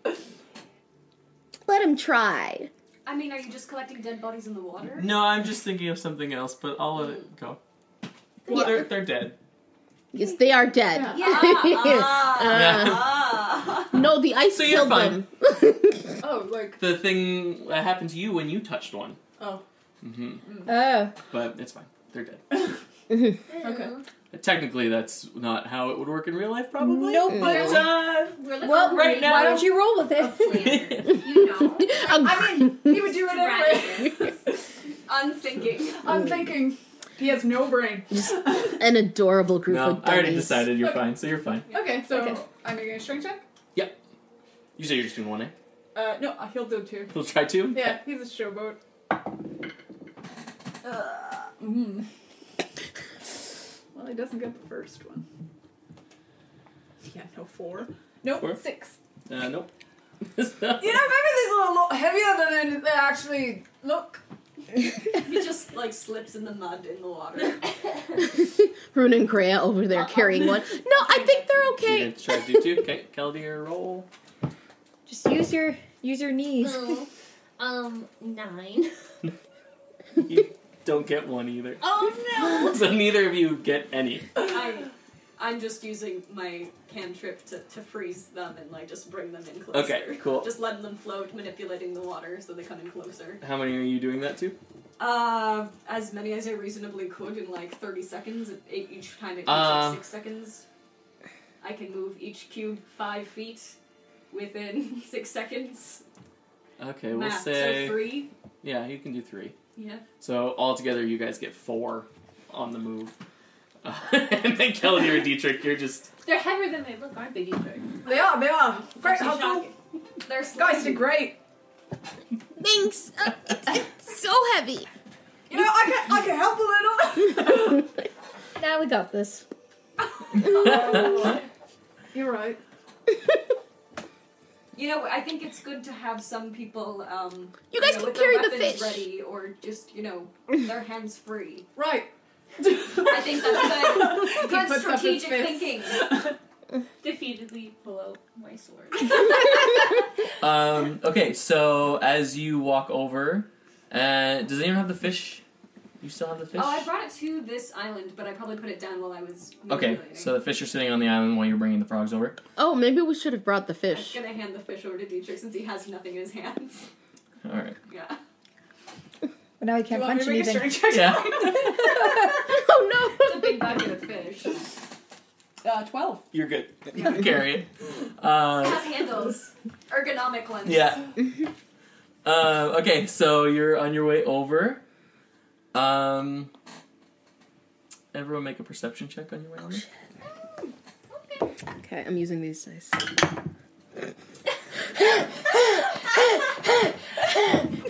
Speaker 3: Let him try.
Speaker 6: I mean, are you just collecting dead bodies in the water?
Speaker 1: no, I'm just thinking of something else, but I'll let it go. Well,
Speaker 3: Yeah.
Speaker 1: they're they're dead.
Speaker 3: Yes, they are dead.
Speaker 6: Yeah. ah, ah.
Speaker 3: No, the ice
Speaker 1: So you're
Speaker 3: killed
Speaker 1: fine.
Speaker 3: them.
Speaker 4: oh, like,
Speaker 1: The thing that happened to you when you touched one.
Speaker 4: oh.
Speaker 1: Mm-hmm.
Speaker 5: Oh,
Speaker 1: But it's fine. They're dead.
Speaker 4: Okay.
Speaker 1: Technically, that's not how it would work in real life, probably.
Speaker 5: nope.
Speaker 1: But uh,
Speaker 7: We're looking
Speaker 5: Well,
Speaker 1: right now-
Speaker 5: why don't you roll with
Speaker 6: Oh,
Speaker 5: it?
Speaker 6: you know,
Speaker 4: I mean, he would do it anyway.
Speaker 6: unthinking.
Speaker 4: I'm thinking he has no brain.
Speaker 3: An adorable group of
Speaker 1: no,
Speaker 3: dummies.
Speaker 1: I already decided you're fine, so you're fine.
Speaker 4: Okay, so
Speaker 5: Okay.
Speaker 4: I'm making a strength check.
Speaker 1: You say you're just doing one, eh?
Speaker 4: Uh, no, uh, he'll do two.
Speaker 1: We'll try two.
Speaker 4: Yeah, he's a showboat. Mm. Well, he doesn't get the first one. Yeah, no four. Nope,
Speaker 1: Four?
Speaker 4: six.
Speaker 1: Uh, nope.
Speaker 4: You know, maybe these are a lot heavier than they actually look.
Speaker 6: He just like slips in the mud in the water.
Speaker 3: Rune and Kreia over there carrying one. No, I think they're
Speaker 1: You're
Speaker 3: okay.
Speaker 1: gonna try to do two. Okay, Keldy, your roll.
Speaker 5: Just use your use your knees.
Speaker 6: Oh.
Speaker 7: So, um, nine.
Speaker 1: You don't get one either.
Speaker 7: Oh
Speaker 1: So neither of you get any.
Speaker 6: I, I'm just using my cantrip to, to freeze them and like just bring them in closer.
Speaker 1: Okay, cool.
Speaker 6: Just letting them float, manipulating the water so they come in closer.
Speaker 1: How many are you doing that to?
Speaker 6: Uh, as many as I reasonably could in like 30 seconds. It, it- each time it takes
Speaker 1: Uh.
Speaker 6: like six seconds. I can move each cube five feet within six seconds.
Speaker 1: Okay, we'll
Speaker 6: Math,
Speaker 1: say.
Speaker 6: so three.
Speaker 1: Yeah, you can do three.
Speaker 6: Yeah.
Speaker 1: So altogether, you guys get four on the move. Uh, and then Kelly or Dietrich, you're just
Speaker 7: They're heavier than they look, aren't they, Dietrich?
Speaker 4: They are, they are. Great
Speaker 7: Actually
Speaker 4: helpful.
Speaker 7: shocking.
Speaker 6: They're
Speaker 4: Guys did
Speaker 6: sliding.
Speaker 4: great.
Speaker 3: Thanks. Uh, it's, it's so heavy.
Speaker 4: You know, I can, I can help a little.
Speaker 5: Now we got this.
Speaker 4: You're right.
Speaker 6: You know, I think it's good to have some people. Um,
Speaker 3: You guys
Speaker 6: know,
Speaker 3: can
Speaker 6: with
Speaker 3: carry
Speaker 6: their
Speaker 3: the
Speaker 6: weapons
Speaker 3: fish.
Speaker 6: Ready or just you know their hands free.
Speaker 4: Right.
Speaker 6: I think that's good.
Speaker 4: puts
Speaker 6: good
Speaker 4: up his
Speaker 6: strategic
Speaker 4: fist.
Speaker 6: thinking.
Speaker 7: Defeatedly below my sword.
Speaker 1: Um, okay, so as you walk over, uh, does anyone have the fish? You still have the fish?
Speaker 6: Oh, I brought it to this island, but I probably put it down while I was.
Speaker 1: okay,
Speaker 6: manipulating.
Speaker 1: so the fish are sitting on the island while you're bringing the frogs over.
Speaker 3: Oh, maybe we should have brought the
Speaker 6: I'm
Speaker 3: fish.
Speaker 6: gonna hand the fish over to Dietrich since he has nothing in his hands.
Speaker 1: All right.
Speaker 6: Yeah.
Speaker 5: But now we
Speaker 4: Do you
Speaker 5: can't
Speaker 4: want me
Speaker 5: punch
Speaker 4: to make a
Speaker 5: anything.
Speaker 4: strength check?
Speaker 1: Yeah.
Speaker 3: Oh
Speaker 6: It's a big bucket of fish. It
Speaker 4: Uh, 12.
Speaker 1: You're good. You can carry it. Uh,
Speaker 6: has handles. Ergonomic ones.
Speaker 1: yeah. Uh, okay, so you're on your way over. Um, everyone make a perception check on your way over.
Speaker 3: no. Okay, I'm using these dice.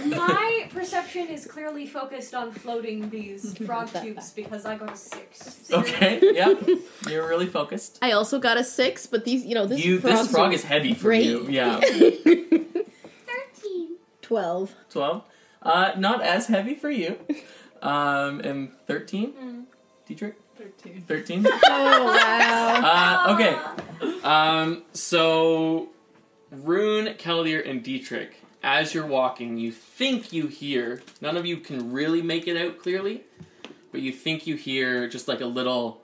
Speaker 6: My perception is clearly focused on floating these frog cubes because I got a six.
Speaker 1: Okay, yeah. You're really focused.
Speaker 3: I also got a six, but these, you know, this
Speaker 1: you
Speaker 3: frog,
Speaker 1: this frog is heavy for
Speaker 3: great.
Speaker 1: you. Yeah.
Speaker 7: 13.
Speaker 5: 12.
Speaker 1: 12. Uh, not as heavy for you. Um, and 13,
Speaker 7: Mm.
Speaker 1: Dietrich?
Speaker 4: 13.
Speaker 1: 13?
Speaker 5: Oh, wow.
Speaker 1: Uh, okay. Um, so, Rune, Kellier, and Dietrich, as you're walking, you think you hear, none of you can really make it out clearly, but you think you hear just like a little.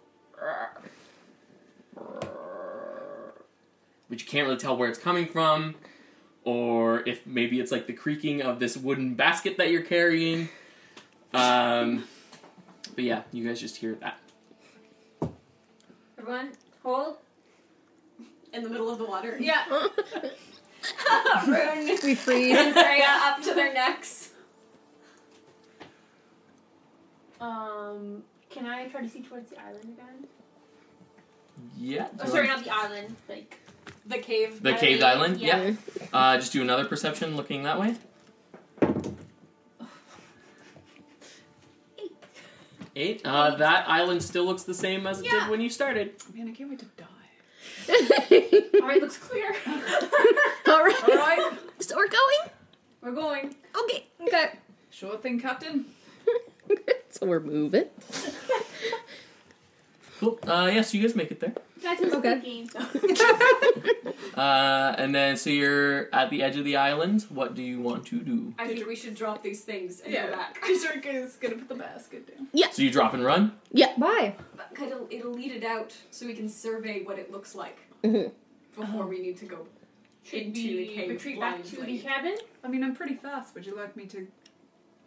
Speaker 1: But you can't really tell where it's coming from, or if maybe it's like the creaking of this wooden basket that you're carrying. Um, but yeah, you guys just hear that.
Speaker 7: Everyone, hold.
Speaker 6: In the middle of the water.
Speaker 7: Yeah.
Speaker 6: Rune
Speaker 5: We freeze.
Speaker 6: and Freya up to their necks.
Speaker 7: Um, can I try to see towards the island again?
Speaker 1: Yeah.
Speaker 7: Oh, sorry, not the island. Like
Speaker 6: The cave.
Speaker 1: The caved island?
Speaker 7: Yeah.
Speaker 1: Yeah. Uh, just do another perception looking that way. Eight. Uh, that island still looks the same as it did
Speaker 6: Yeah.
Speaker 1: when you started.
Speaker 4: Man, I can't wait to die.
Speaker 7: All right, looks clear.
Speaker 3: All right.
Speaker 4: All right.
Speaker 3: So we're going?
Speaker 6: We're going.
Speaker 3: Okay.
Speaker 5: okay.
Speaker 4: Sure thing, Captain.
Speaker 3: so we're moving.
Speaker 1: Cool. Uh, yeah, so you guys make it there.
Speaker 7: That's a
Speaker 5: Okay.
Speaker 7: good game.
Speaker 1: Uh, and then, so you're at the edge of the island. What do you want to do?
Speaker 6: I think we should drop these things and go back.
Speaker 4: Dietrich is gonna put the basket down.
Speaker 1: So you drop and run?
Speaker 5: Bye.
Speaker 6: But It'll, it'll lead it out so we can survey what it looks like
Speaker 3: Mhm.
Speaker 6: before we need to go
Speaker 7: Should
Speaker 6: into the
Speaker 7: we
Speaker 6: cave
Speaker 7: retreat back to the
Speaker 6: blindly.
Speaker 7: cabin?
Speaker 4: I mean, I'm pretty fast. Would you like me to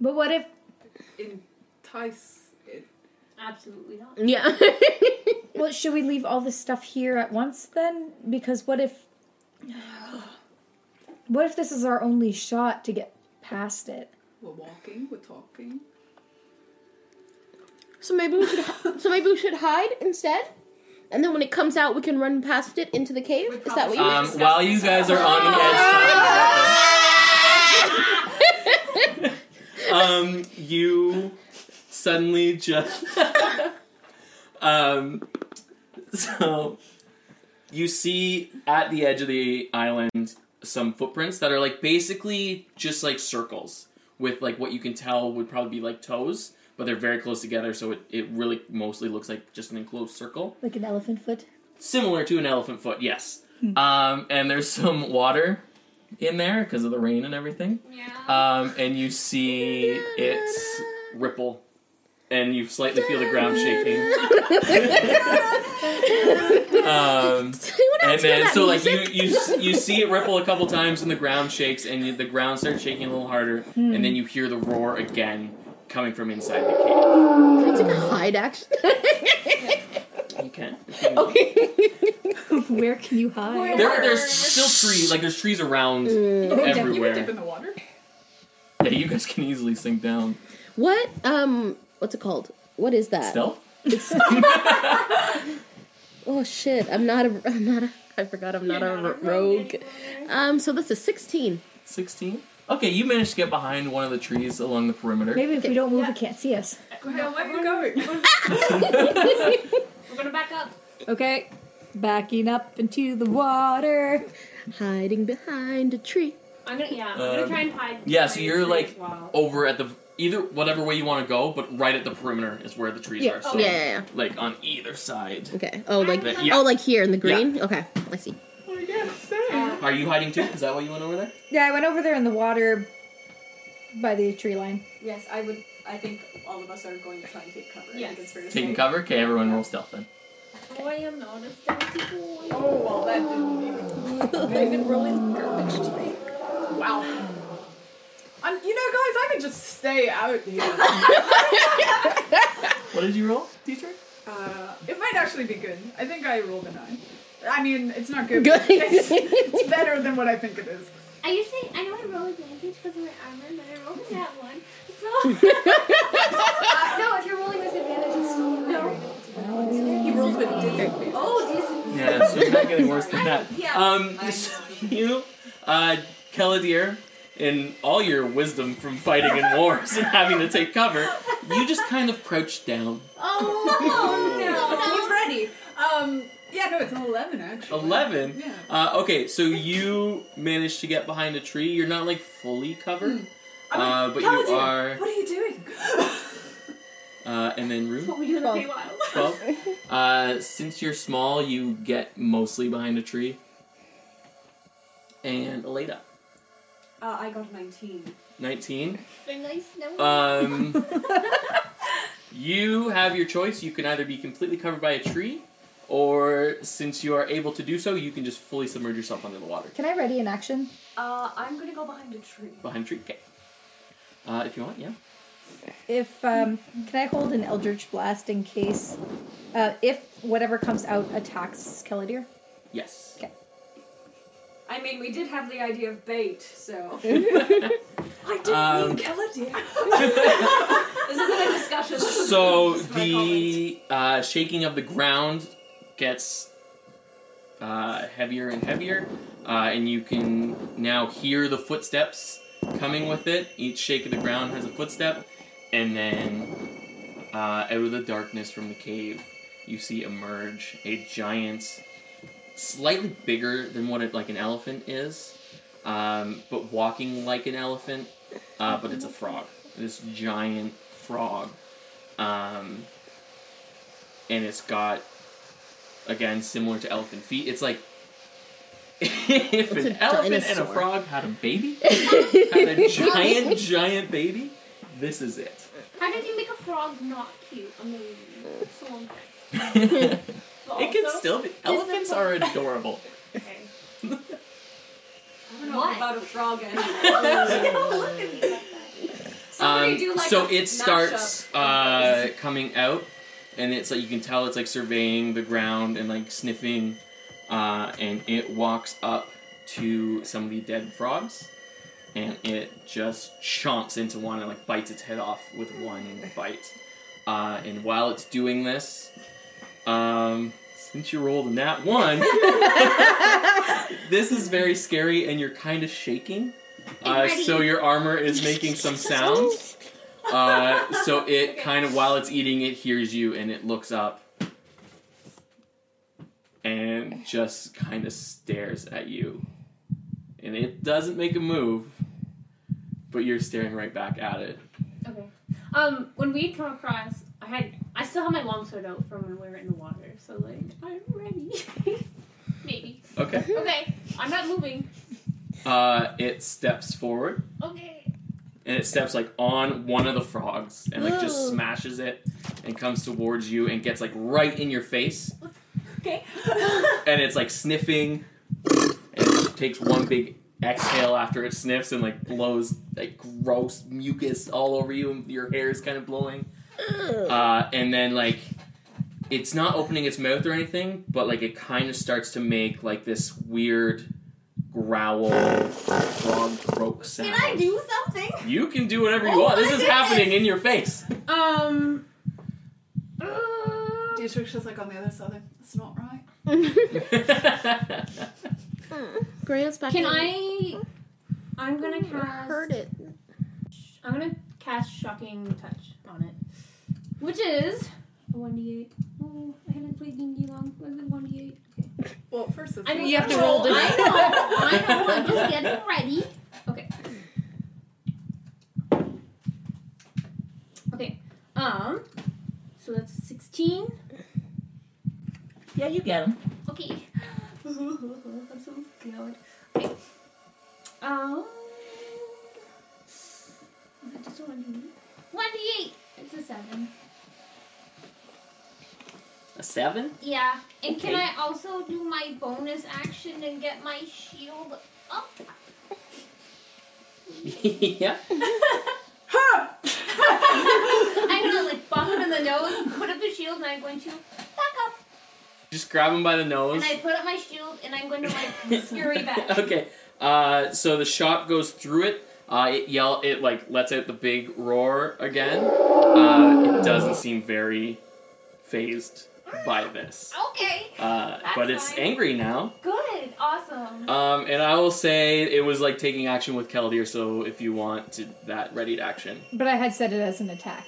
Speaker 5: But what if
Speaker 4: entice it?
Speaker 7: Absolutely not.
Speaker 3: Yeah.
Speaker 5: Well, should we leave all this stuff here at once then? Because what if. What if this is our only shot to get past it?
Speaker 4: We're walking, we're talking.
Speaker 3: so maybe we should so maybe we should hide instead? And then when it comes out we can run past it into the cave? Is that what you
Speaker 1: Um, while you guys are on the edge, um, you suddenly just, um, so you see at the edge of the island some footprints that are like basically just like circles with like what you can tell would probably be like toes, but they're very close together, so it, it really mostly looks like just an enclosed circle
Speaker 5: Like an elephant foot?
Speaker 1: similar to an elephant foot, yes. Um, and there's some water in there because of the rain and everything.
Speaker 7: Yeah.
Speaker 1: Um, and you see its ripple, and you slightly feel the ground shaking. Um, and then so like you, you s- you see it ripple a couple times, and the ground shakes, and you, the ground starts shaking a little harder, and then you hear the roar again coming from inside the cave.
Speaker 3: Can I take a hide action?
Speaker 1: You can. if you want.
Speaker 3: okay.
Speaker 5: Where can you hide?
Speaker 1: There, there's still trees, like there's trees around
Speaker 4: You
Speaker 1: everywhere.
Speaker 4: would dip in the water?
Speaker 1: Yeah, you guys can easily sink down.
Speaker 3: What um what's it called? What is that?
Speaker 1: Stealth?
Speaker 3: Oh shit, I'm not a I'm not a I forgot I'm not, a, rogue. Um so that's a 16.
Speaker 1: 16? Okay, you managed to get behind one of the trees along the perimeter.
Speaker 5: Maybe if we don't move, it can't see us.
Speaker 4: Now, where are we going?
Speaker 7: We're gonna back up.
Speaker 5: Okay. Backing up into the water.
Speaker 3: Hiding behind a tree.
Speaker 7: I'm gonna yeah. I'm gonna
Speaker 1: Um,
Speaker 7: try and hide.
Speaker 1: yeah, so
Speaker 7: behind
Speaker 1: you're,
Speaker 7: the tree
Speaker 1: like,
Speaker 7: as well.
Speaker 1: Over at the either whatever way you want to go, but right at the perimeter is where the trees
Speaker 5: Yeah,
Speaker 1: are. So
Speaker 3: Yeah, yeah, yeah.
Speaker 1: like on either side.
Speaker 3: Okay. Oh like
Speaker 1: But yeah.
Speaker 3: oh like here in the green? Okay. I see.
Speaker 6: Uh,
Speaker 1: Are you hiding too? Is that why you went over there?
Speaker 5: Yeah, I went over there in the water by the tree line.
Speaker 6: Yes, I would. I think all of us are going to try and take cover. I
Speaker 7: Yes.
Speaker 6: think it's fair to
Speaker 1: Taking
Speaker 6: say.
Speaker 1: cover? Okay, everyone roll stealth then.
Speaker 7: Oh, I am not a stealthy boy.
Speaker 4: Oh, well, that didn't even.
Speaker 5: I've been rolling garbage today.
Speaker 4: Wow. I'm, you know, guys, I could just stay out here.
Speaker 1: What did you roll, Dietrich?
Speaker 4: Uh, it might actually be good. I think I rolled a nine. I mean, it's not good.
Speaker 3: Good.
Speaker 4: but It's, it's better than what I think it is.
Speaker 7: I usually I know I roll advantage because of my armor, but I rolled in that one. So
Speaker 6: Uh, no, if you're rolling with advantage, it's still no. He rolled with disadvantage. Oh, disadvantage.
Speaker 1: Yeah, Um, so it's not getting worse than that.
Speaker 6: Yeah.
Speaker 1: Um, so you, uh, Kaladir, in all your wisdom from fighting in wars and having to take cover, you just kind of crouched down.
Speaker 4: Oh no! He's ready. Um, yeah, no, it's an eleven actually.
Speaker 1: 11?
Speaker 4: Yeah.
Speaker 1: Uh, okay, so you managed to get behind a tree. You're not like fully covered,
Speaker 7: Hmm.
Speaker 1: uh, but you
Speaker 4: Paladin,
Speaker 1: are.
Speaker 4: What are you doing?
Speaker 1: Uh, and then Rue?
Speaker 7: What we do in the
Speaker 3: Twelve.
Speaker 7: Feywild.
Speaker 1: 12. Uh, since you're small, you get mostly behind a tree. And Elena,
Speaker 6: Uh, I got 19.
Speaker 1: 19.
Speaker 7: They're nice now.
Speaker 1: Um, you have your choice. You can either be completely covered by a tree, or since you are able to do so, you can just fully submerge yourself under the water.
Speaker 5: Can I ready an action?
Speaker 6: Uh, I'm gonna go behind a tree.
Speaker 1: Behind a tree? Okay. Uh, if you want, yeah.
Speaker 5: If um, can I hold an Eldritch Blast in case uh, if whatever comes out attacks Kaladir?
Speaker 1: Yes.
Speaker 6: I mean, we did have the idea of bait, so.
Speaker 4: I didn't
Speaker 1: Um,
Speaker 4: mean Kaladir.
Speaker 6: This isn't a discussion. this is-
Speaker 1: So
Speaker 6: this is my
Speaker 1: the uh, shaking of the ground gets uh, heavier and heavier, uh, and you can now hear the footsteps coming with it. Each shake of the ground has a footstep, and then uh, out of the darkness from the cave, you see emerge a giant, slightly bigger than what it, like an elephant is, um, but walking like an elephant. Uh, but it's a frog. This giant frog um, and it's got again similar to elephant feet. It's like if
Speaker 3: It's
Speaker 1: an
Speaker 3: a
Speaker 1: elephant and a
Speaker 3: dinosaur.
Speaker 1: frog had a baby, had a giant, giant baby. This is
Speaker 7: How did you make a frog not cute? I mean, someone.
Speaker 1: it.
Speaker 7: but
Speaker 1: it can
Speaker 7: also-
Speaker 1: still be. Elephants are adorable.
Speaker 7: Okay.
Speaker 6: comment. I don't know
Speaker 7: What?
Speaker 6: about a frog anyway.
Speaker 7: Don't look at me like that.
Speaker 6: Somebody do like
Speaker 1: Um, so
Speaker 6: a
Speaker 1: it
Speaker 6: mashup.
Speaker 1: starts uh, coming out, and it's like you can tell it's like surveying the ground and like sniffing, uh, and it walks up to some of the dead frogs, and it just chomps into one and like bites its head off with one bite. Uh, and while it's doing this, um, since you rolled a nat one, this is very scary, and you're kind of shaking. Uh, so your armor is making some sounds. Uh, so it kind of, while it's eating, it hears you and it looks up and just kind of stares at you. And it doesn't make a move, but you're staring right back at it.
Speaker 7: Okay. Um, when we come across, I had, I still have my longsword out from when we were in the water, so like, I'm ready. Maybe.
Speaker 1: Okay.
Speaker 7: Okay. I'm not moving.
Speaker 1: Uh, it steps forward
Speaker 7: Okay.
Speaker 1: and it steps like on one of the frogs and like just
Speaker 3: Ooh.
Speaker 1: smashes it and comes towards you and gets like right in your face.
Speaker 7: Okay.
Speaker 1: and it's like sniffing and it takes one big exhale after it sniffs and like blows like gross mucus all over you and your hair is kind of blowing uh, and then like it's not opening its mouth or anything but like it kind of starts to make like this weird growl frog croak sound
Speaker 6: Can I do something?
Speaker 1: you can do whatever you
Speaker 6: Oh
Speaker 1: want
Speaker 6: my
Speaker 1: this is
Speaker 6: goodness.
Speaker 1: happening in your face
Speaker 4: um,
Speaker 7: Uh,
Speaker 4: Dietrich's just like on the other side. Like, That's not right.
Speaker 5: Hmm.
Speaker 3: Grant's back.
Speaker 7: can
Speaker 3: in.
Speaker 7: I? I'm gonna
Speaker 3: I heard
Speaker 7: cast.
Speaker 3: it.
Speaker 7: I'm gonna cast shocking touch on it, which is a one d eight. Oh, I haven't played D and D long. I've been one d eight.
Speaker 4: Well, at first it's
Speaker 7: I know
Speaker 3: You have to
Speaker 7: I
Speaker 3: roll
Speaker 7: know,
Speaker 3: to-
Speaker 7: I know. I know. I'm just getting ready. Okay. Okay. Um. So that's sixteen.
Speaker 8: Yeah, you get them.
Speaker 7: Okay. I'm so scared. Okay. Um. Is it just a 1d8? 1d8! It's a 7.
Speaker 1: a seven
Speaker 7: Yeah. And can
Speaker 1: Okay.
Speaker 7: I also do my bonus action and get my shield up?
Speaker 1: yeah
Speaker 7: I'm gonna like bump him in the nose, put up the shield, and I'm going to back up.
Speaker 1: just grab him by the nose
Speaker 7: And I put up my shield, and I'm going to like scurry back.
Speaker 1: okay. Uh, so the shot goes through it. Uh, it yell. It like lets out the big roar again. Uh, it doesn't seem very phased by this,
Speaker 7: Okay.
Speaker 1: uh, but it's
Speaker 7: fine.
Speaker 1: angry now.
Speaker 7: Good. awesome.
Speaker 1: Um, and I will say it was like taking action with Keldir, so if you want to, that readied action.
Speaker 5: But I had set it as an attack.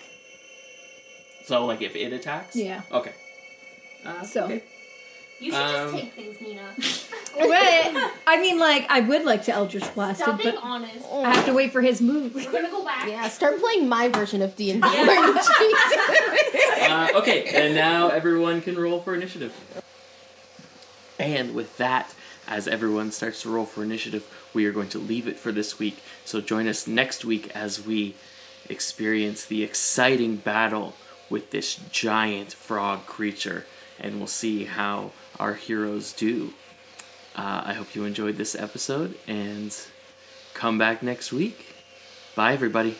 Speaker 1: So like if it attacks?
Speaker 5: Yeah.
Speaker 1: Okay. Uh,
Speaker 5: So-
Speaker 1: okay.
Speaker 7: You should
Speaker 1: Um,
Speaker 7: just take things, Nina.
Speaker 5: But I mean, like, I would like to Eldritch Blast it,
Speaker 7: Stop being
Speaker 5: but
Speaker 7: honest.
Speaker 5: I have to wait for his move.
Speaker 7: We're gonna go back.
Speaker 3: Yeah, start playing my version of D and D.
Speaker 1: Uh, okay, and now everyone can roll for initiative. And with that, as everyone starts to roll for initiative, we are going to leave it for this week. So join us next week as we experience the exciting battle with this giant frog creature, and we'll see how our heroes do. Uh, I hope you enjoyed this episode and come back next week. Bye, everybody.